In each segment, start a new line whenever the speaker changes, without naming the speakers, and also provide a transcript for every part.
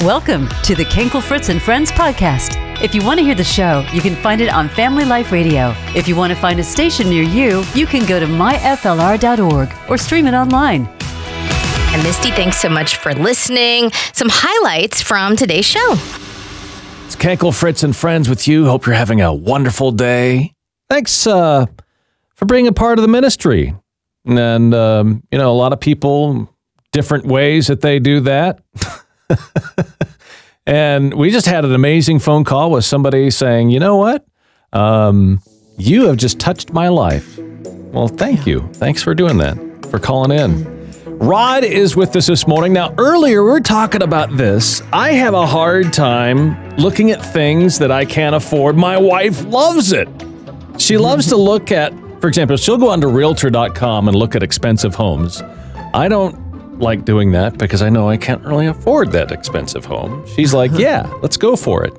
Welcome to the Kenkel Fritz and Friends podcast. If you want to hear the show, you can find it on Family Life Radio. If you want to find a station near you, you can go to myflr.org or stream it online.
And Misty, thanks so much for listening. Some highlights from today's show.
It's Kenkel Fritz and Friends with you. Hope you're having a wonderful day. Thanks uh, for being a part of the ministry. And, um, you know, a lot of people, different ways that they do that. and we just had an amazing phone call with somebody saying, you know what? Um, you have just touched my life. Well, thank you. Thanks for doing that, for calling in. Rod is with us this morning. Now, earlier we were talking about this. I have a hard time looking at things that I can't afford. My wife loves it. She loves to look at, for example, she'll go onto realtor.com and look at expensive homes. I don't like doing that because I know I can't really afford that expensive home. She's like, yeah, let's go for it.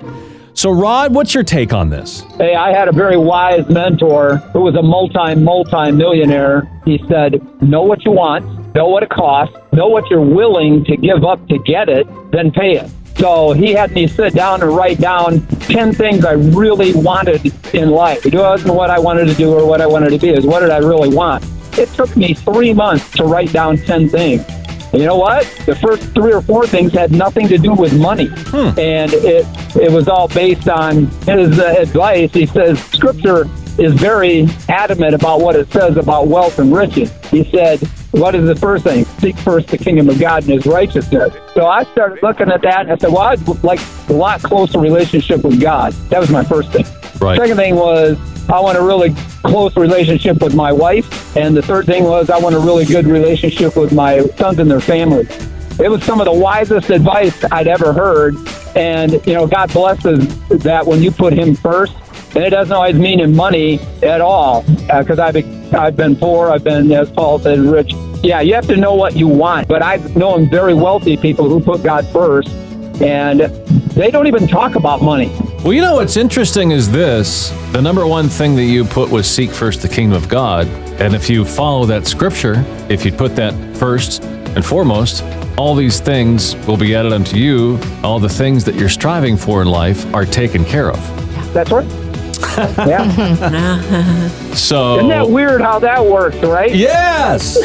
So, Rod, what's your take on this?
Hey, I had a very wise mentor who was a multi, multi millionaire. He said, Know what you want, know what it costs, know what you're willing to give up to get it, then pay it. So he had me sit down and write down 10 things I really wanted in life. It wasn't what I wanted to do or what I wanted to be, it was what did I really want. It took me three months to write down 10 things. And you know what? The first three or four things had nothing to do with money, and it it was all based on his uh, advice. He says Scripture is very adamant about what it says about wealth and riches. He said, "What is the first thing? Seek first the kingdom of God and His righteousness." So I started looking at that, and I said, "Well, I'd like a lot closer relationship with God." That was my first thing.
Right.
Second thing was I want a really close relationship with my wife, and the third thing was I want a really good relationship with my sons and their family. It was some of the wisest advice I'd ever heard, and you know God blesses that when you put Him first. And it doesn't always mean in money at all, because I've I've been poor, I've been as Paul said rich. Yeah, you have to know what you want. But I've known very wealthy people who put God first, and they don't even talk about money.
Well, you know what's interesting is this the number one thing that you put was seek first the kingdom of God. And if you follow that scripture, if you put that first and foremost, all these things will be added unto you. All the things that you're striving for in life are taken care of.
That's right. Yeah.
So,
Isn't that weird how that works, right?
Oh. yes,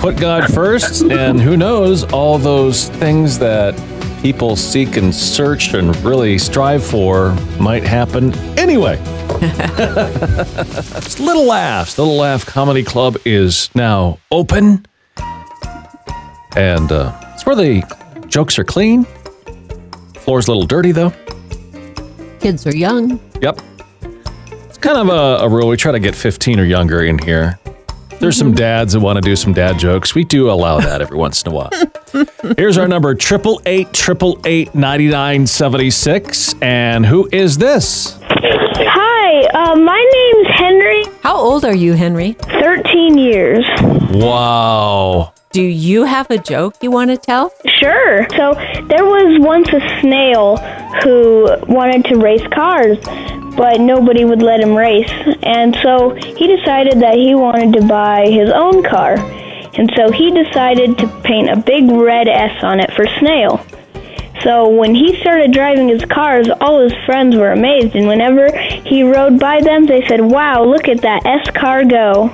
put God first, and who knows, all those things that people seek and search and really strive for might happen anyway. It's Little Laughs. Little Laugh Comedy Club is now open. And uh, it's where the jokes are clean. Floor's a little dirty, though.
Kids are young.
Yep. It's kind of a, a rule. We try to get 15 or younger in here. There's some dads that want to do some dad jokes. We do allow that every once in a while. Here's our number 888 888 9976. And who is this?
Hi, uh, my name's Henry,
How old are you, Henry?
13 years.
Wow.
Do you have a joke you want to tell?
Sure. So there was once a snail who wanted to race cars, but nobody would let him race. And so he decided that he wanted to buy his own car. And so he decided to paint a big red S on it for snail. So when he started driving his cars, all his friends were amazed, and whenever he rode by them, they said, Wow, look at that S car go.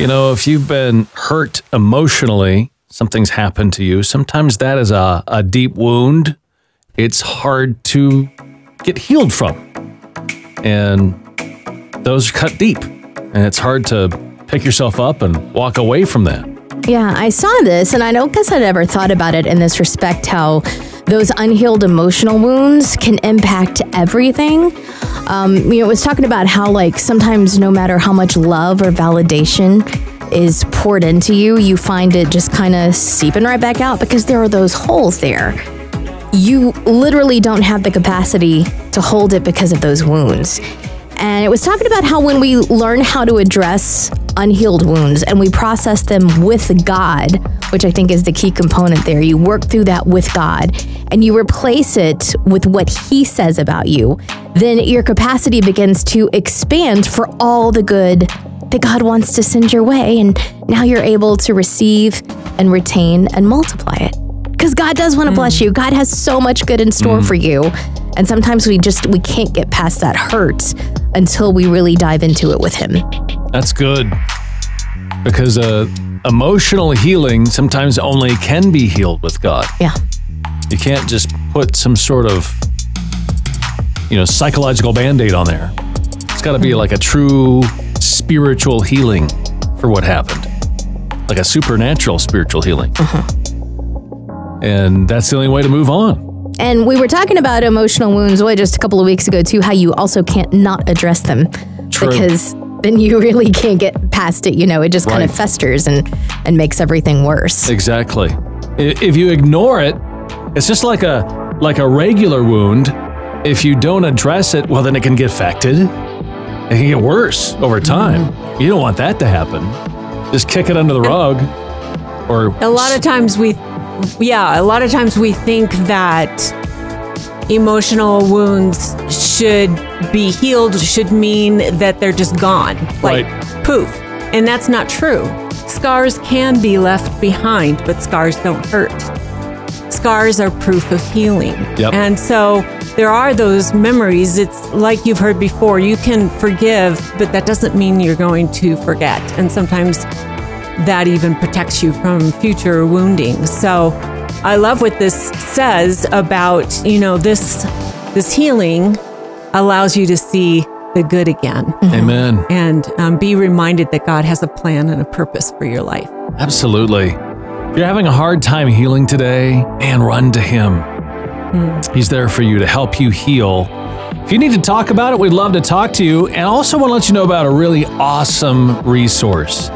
You know, if you've been hurt emotionally, something's happened to you. Sometimes that is a, a deep wound. It's hard to get healed from. And those cut deep. And it's hard to pick yourself up and walk away from that.
Yeah, I saw this, and I don't guess I'd ever thought about it in this respect how those unhealed emotional wounds can impact everything. Um, you know, it was talking about how, like, sometimes no matter how much love or validation is poured into you, you find it just kind of seeping right back out because there are those holes there. You literally don't have the capacity to hold it because of those wounds. And it was talking about how when we learn how to address unhealed wounds and we process them with God, which I think is the key component there, you work through that with God and you replace it with what He says about you, then your capacity begins to expand for all the good that God wants to send your way, and now you're able to receive and retain and multiply it. Because God does want to
Mm.
bless you. God has so much good in store for you. And sometimes we just we can't get past that hurt until we really dive into it with him.
That's good. Because uh, emotional healing sometimes only can be healed with God.
Yeah.
You can't just put some sort of, you know, psychological band aid on there. It's got to be like a true spiritual healing for what happened, like a supernatural spiritual healing. And that's the only way to move on.
And we were talking about emotional wounds well, just a couple of weeks ago too, how you also can't not address them
True.
because then you really can't get past it. You know, it just kind
Right.
of festers and and makes everything worse.
Exactly. I- If you ignore it, it's just like a like a regular wound. If you don't address it, well, then it can get affected. It can get worse over time. You don't want that to happen. Just kick it under the rug, or
A lot of times we, yeah, a lot of times we think that emotional wounds should be healed, should mean that they're just gone. Like, poof. And that's not true. Scars can be left behind, but scars don't hurt. Scars are proof of healing.
Yep.
And so there are those memories. It's like you've heard before you can forgive, but that doesn't mean you're going to forget. And sometimes that even protects you from future wounding. So I love what this says about, you know, this this healing allows you to see the good again
amen.
and um, be reminded that God has a plan and a purpose for your life.
Absolutely. If you're having a hard time healing today, man, run to him.
Hmm.
He's there for you to help you heal. If you need to talk about it, we'd love to talk to you. And I also want to let you know about a really awesome resource.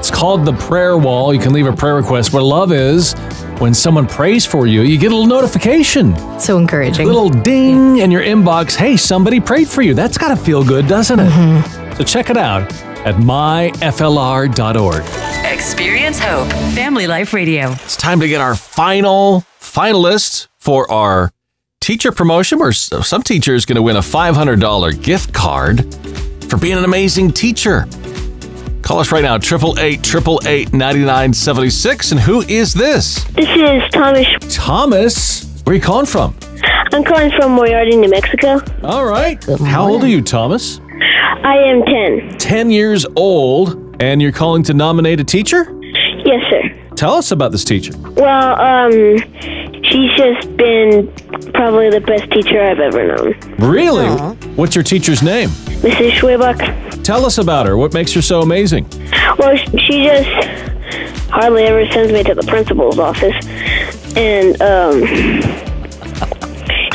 It's called the Prayer Wall. You can leave a prayer request. What I love is when someone prays for you, you get a little notification,
So encouraging.
little ding in your inbox. Hey, somebody prayed for you. That's got to feel good, doesn't it?
Mm-hmm.
So check it out at myflr.org.
Experience Hope. Family Life Radio.
It's time to get our final finalist for our teacher promotion, where s- some teacher is going to win a $500 gift card for being an amazing teacher. Call us right now, 888 888 9976. And who is this?
This is Thomas.
Thomas. Where are you calling from?
I'm calling from Moriarty, New Mexico.
All right. How old are you, Thomas?
I am 10.
10 years old. And you're calling to nominate a teacher?
Yes, sir.
Tell us about this teacher.
Well, um, she's just been probably the best teacher I've ever known.
Really? What's your teacher's name?
Mrs. Schwebuck.
Tell us about her. What makes her so amazing?
Well, sh- she just hardly ever sends me to the principal's office, and um,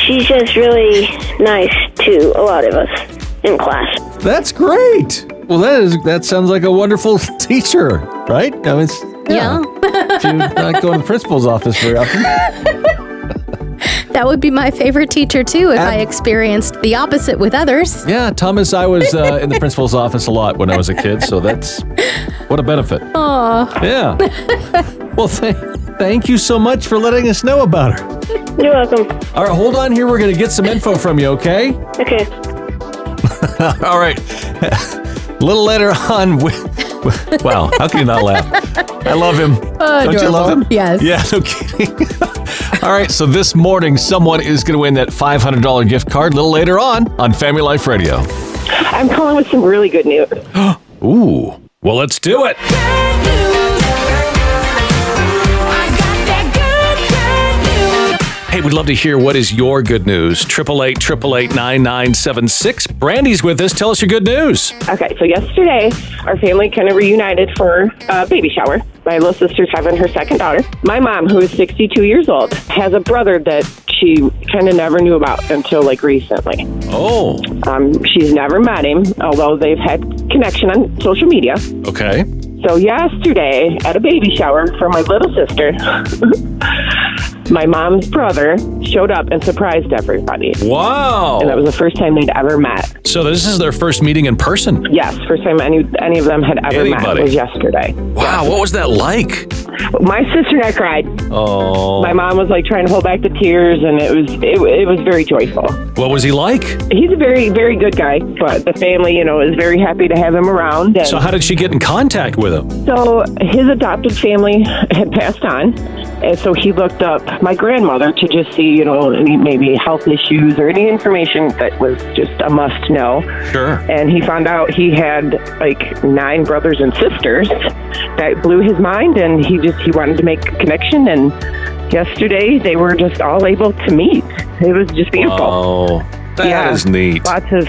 she's just really nice to a lot of us in class.
That's great. Well, that is that sounds like a wonderful teacher, right? I mean, it's,
yeah.
if you not going to the principal's office very often.
That would be my favorite teacher too if I experienced the opposite with others.
Yeah, Thomas, I was uh, in the principal's office a lot when I was a kid, so that's what a benefit. Aww. Yeah. Well, th- thank you so much for letting us know about her.
You're welcome.
All right, hold on here. We're going to get some info from you, okay?
Okay.
All right. A little later on. We, wow, how can you not laugh? I love him.
Uh,
Don't you love him?
Yes.
Yeah, no kidding. All right, so this morning, someone is going to win that $500 gift card a little later on on Family Life Radio.
I'm calling with some really good news.
Ooh. Well, let's do it. Hey, we'd love to hear what is your good news. 888 888 9976. Brandy's with us. Tell us your good news.
Okay, so yesterday, our family kind of reunited for a baby shower. My little sister's having her second daughter. My mom, who is 62 years old, has a brother that she kind of never knew about until like recently.
Oh,
Um, she's never met him, although they've had connection on social media.
okay.
So yesterday at a baby shower for my little sister, my mom's brother showed up and surprised everybody. And that
Wow.
was the first time they'd ever met.
So this is their first meeting in person.
Yes, first time any any of them had ever
Anybody.
met was yesterday.
Wow. What was that like?
My sister and I cried.
Oh.
My mom was like trying to hold back the tears, and it was it, it was very joyful.
What was he like?
He's a very very good guy, but the family, you know, is very happy to have him around. And
So how did she get in contact with him?
So his adopted family had passed on, and so he looked up my grandmother to just see, you know, any maybe health issues or any information that was just a must know.
Sure.
And he found out he had like nine brothers and sisters. That blew his mind, and he just he wanted to make a connection. And yesterday they were just all able to meet. It was just beautiful.
Oh, that is
Yeah.
neat.
Lots of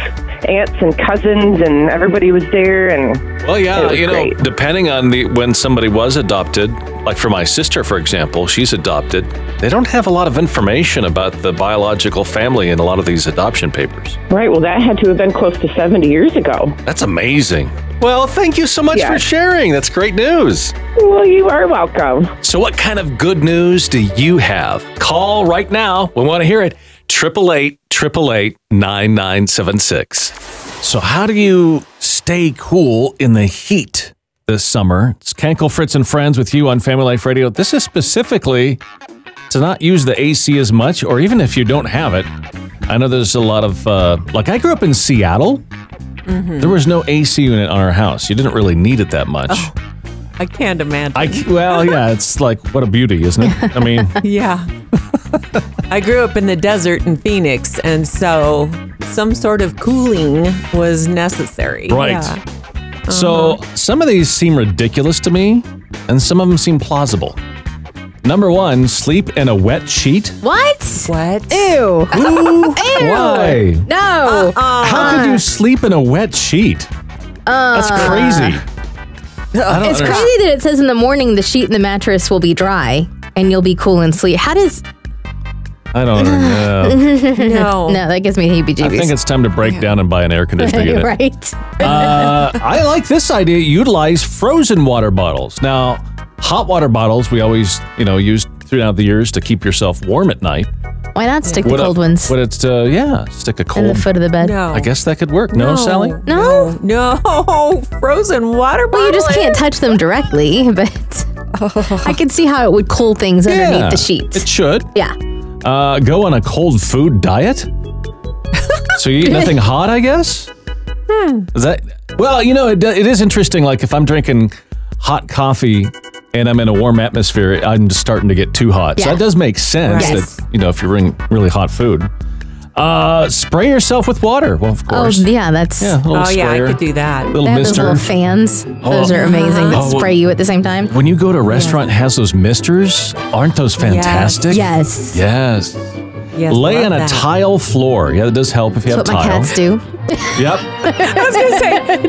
aunts and cousins, and everybody was there, and
Well,
It
yeah,
was
you know,
great.
depending on the when somebody was adopted, like for my sister, for example, she's adopted. They don't have a lot of information about the biological family in a lot of these adoption papers.
right. Well, that had to have been close to seventy years ago.
That's amazing. Well, thank you so much
Yeah.
for sharing. That's great news.
Well, you are welcome.
So, what kind of good news do you have? Call right now. We want to hear it. 888 888 9976. So, how do you stay cool in the heat this summer? It's Kankel Fritz and Friends with you on Family Life Radio. This is specifically to not use the AC as much, or even if you don't have it. I know there's a lot of, uh, like, I grew up in Seattle. There was no AC unit on our house. You didn't really need it that much.
Oh, I can't imagine.
I c- well, yeah, it's like what a beauty, isn't it? I mean,
Yeah. I grew up in the desert in Phoenix, and so some sort of cooling was necessary.
right.
Yeah. Uh-huh.
So some of these seem ridiculous to me, and some of them seem plausible. Number one, sleep in a wet sheet.
What?
What?
Ew.
Ooh, why? Uh-uh.
No.
How
Uh-huh.
could you sleep in a wet sheet? That's crazy. I don't
Uh-uh. It's
understand.
crazy that it says in the morning the sheet and the mattress will be dry and you'll be cool and sleep. How does.
I don't know.
No.
No, that gives me heebie
Oh, I think
jeebies.
it's time to break down and buy an air conditioner unit.
Right.
Uh, I like this idea. Utilize frozen water bottles. Now, hot water bottles we always, you know, use throughout the years to keep yourself warm at night.
Why not stick the
What a-
cold ones
But it's uh, yeah, stick a
in
cold.
the foot of the bed?
No.
I guess that could work. No, Sally.
No?
No. Frozen water bottle.
Well, you just can't touch them directly, but I could see how it would cool things underneath
Yeah,
the
It
sheets.
should.
Yeah.
Uh, go on a cold food diet. so you eat nothing hot, I guess. Is that well? You know, it, do- it is interesting. Like if I'm drinking hot coffee and I'm in a warm atmosphere, I'm just starting to get too hot. So
Yeah.
that does make sense.
Right.
That you know, if you're in really hot food, uh, spray yourself with water. Well, of
Oh,
course.
yeah, that's.
yeah, a little
Oh, yeah, I
sprayer,
could do that.
Little
They have those
mister.
little fans. Those are amazing. That
Oh, well-
spray you at the same time.
When you go to a restaurant and has those misters, aren't those fantastic?
Yes.
Yes.
Yes,
Lay
love
on a
that.
tile floor. Yeah, that does help if you have
That's what my
tile.
cats do.
Yep.
I was going to say,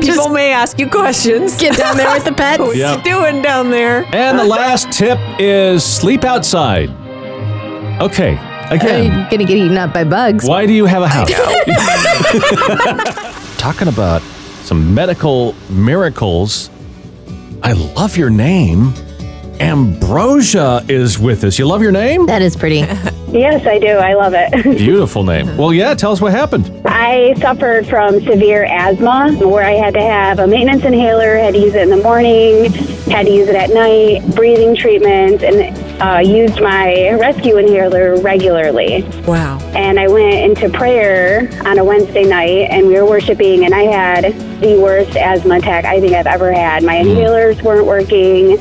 people may ask you questions.
Get down there with the pets.
What
Yep.
you doing down there? Uh,
And the last tip is sleep outside. Okay. Again,
You're gonna get eaten up by bugs.
why do you have a house? Talking about some medical miracles. I love your name. Ambrosia is with us. You love your name?
That is pretty.
Yes, I do. I love it.
Beautiful name. Well, yeah, tell us what happened.
I suffered from severe asthma where I had to have a maintenance inhaler, had to use it in the morning, had to use it at night, breathing treatment, and uh, used my rescue inhaler regularly.
Wow.
And I went into prayer on a Wednesday night and we were worshiping, and I had the worst asthma attack I think I've ever had. My inhalers weren't working.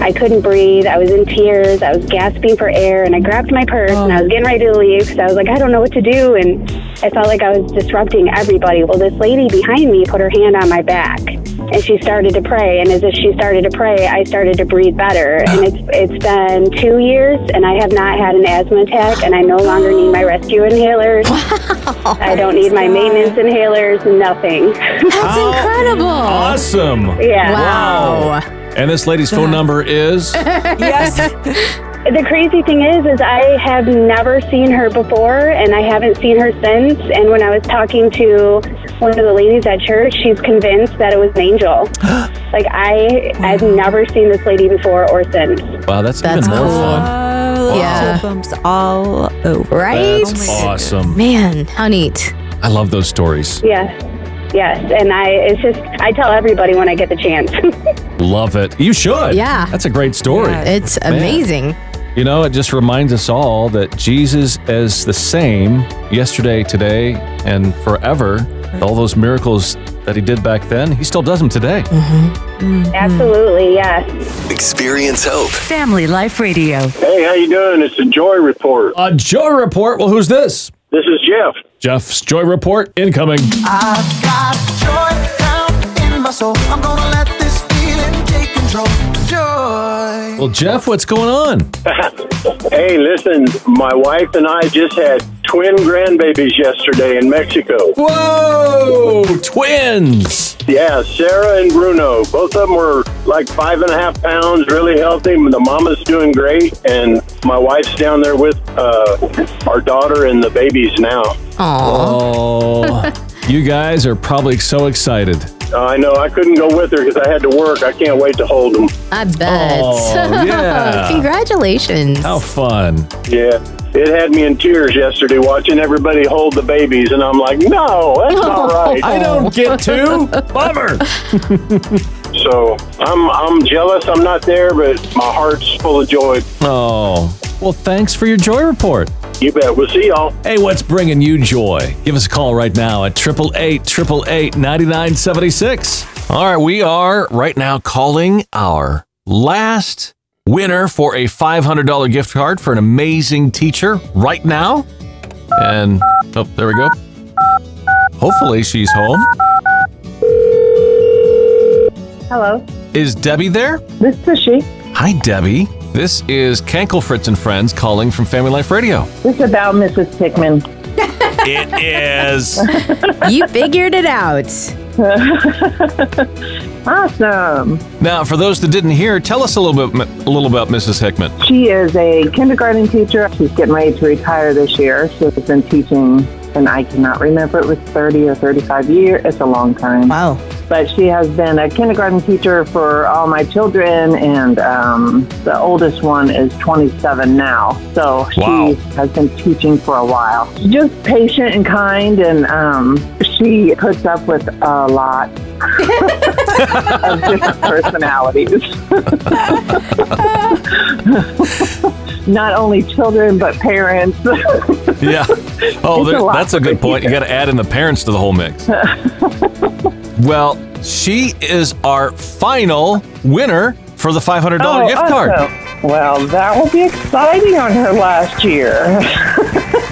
I couldn't breathe. I was in tears. I was gasping for air. And I grabbed my purse and I was getting ready to leave because I was like, I don't know what to do. And I felt like I was disrupting everybody. Well, this lady behind me put her hand on my back and she started to pray. And as if she started to pray, I started to breathe better. And it's, it's been two years and I have not had an asthma attack and I no longer need my rescue inhalers. I don't need my maintenance inhalers, nothing.
That's
How
incredible.
Awesome.
yeah.
Wow.
And this lady's phone number is.
Yes.
The crazy thing is, is I have never seen her before, and I haven't seen her since. And when I was talking to one of the ladies at church, she's convinced that it was an angel. like I, I've never seen this lady before or since.
Wow, that's,
That's
even more
cool.
fun.
Uh,
little
Yeah.
chill bumps all over.
Right?
Oh my
That's
goodness.
awesome.
Man, how neat.
I love those stories.
Yes, yes. And I, it's just, I tell everybody when I get the chance.
Love it. You should.
Yeah.
That's a great story.
Yeah.
It's amazing.
You know, it just reminds us all that Jesus is the same yesterday, today, and forever. All those miracles that he did back then, he still does them today.
Mm-hmm.
Mm-hmm.
Absolutely, yes.
Experience hope.
Family Life Radio.
Hey, how you doing? It's the Joy Report.
A joy report. Well, who's this?
This is Jeff.
Jeff's joy report incoming.
I've got joy down in my soul. I'm gonna let this feeling take control. Joy.
Well, Jeff, what's going on?
Hey, listen, my wife and I just had twin grandbabies yesterday in Mexico.
Whoa, twins.
Yeah, Sarah and Bruno. Both of them were like five and a half pounds, really healthy. The mama's doing great, and my wife's down there with uh, our daughter and the babies now.
Oh, you guys are probably so excited.
Uh, I know I couldn't go with her because I had to work. I can't wait to hold them.
I bet.
Oh, yeah.
Congratulations.
How fun.
Yeah. It had me in tears yesterday watching everybody hold the babies, and I'm like, no, that's not right.
I don't get to. Bummer.
So I'm I'm jealous. I'm not there, but my heart's full of joy.
Oh, well, thanks for your joy report.
You bet. We'll see y'all.
Hey, what's bringing you joy? Give us a call right now at 888-888-9976. All right, we are right now calling our last winner for a $500 gift card for an amazing teacher right now. And, oh, there we go. Hopefully she's home.
Hello.
Is Debbie there?
This is she.
Hi, Debbie. This is Kankel Fritz and Friends calling from Family Life Radio.
This is about Mrs. Pickman.
It is.
you figured it out.
Awesome.
Now, for those that didn't hear, tell us a little bit, a little about Mrs. Hickman.
She is a kindergarten teacher. She's getting ready to retire this year. She's been teaching, and I cannot remember, it was 30 or 35 years. It's a long time.
Wow.
But she has been a kindergarten teacher for all my children, and um, the oldest one is 27 now. So she
Wow.
has been teaching for a while. She's just patient and kind, and um, she puts up with a lot of different personalities. Not only children, but parents.
Yeah. Oh,
It's a
there,
lot.
that's a good point. You got to add in the parents to the whole mix. well, she is our final winner for the $500
Oh,
gift card.
Well, that will be exciting on her last year.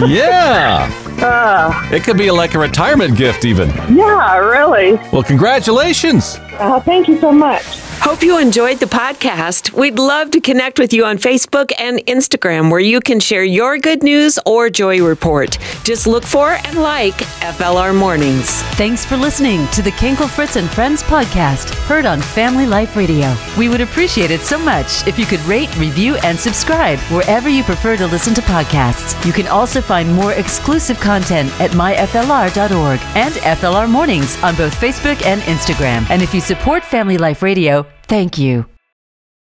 Ah,
Yeah. It could be like a retirement gift, even.
Yeah, really.
Well, congratulations.
Uh, thank you so much.
Hope you enjoyed the podcast. We'd love to connect with you on Facebook and Instagram where you can share your good news or joy report. Just look for and like FLR Mornings.
Thanks for listening to the Kinkle Fritz and Friends podcast, heard on Family Life Radio. We would appreciate it so much if you could rate, review, and subscribe wherever you prefer to listen to podcasts. You can also find more exclusive content at myflr.org and FLR Mornings on both Facebook and Instagram. And if you support Family Life Radio, thank you.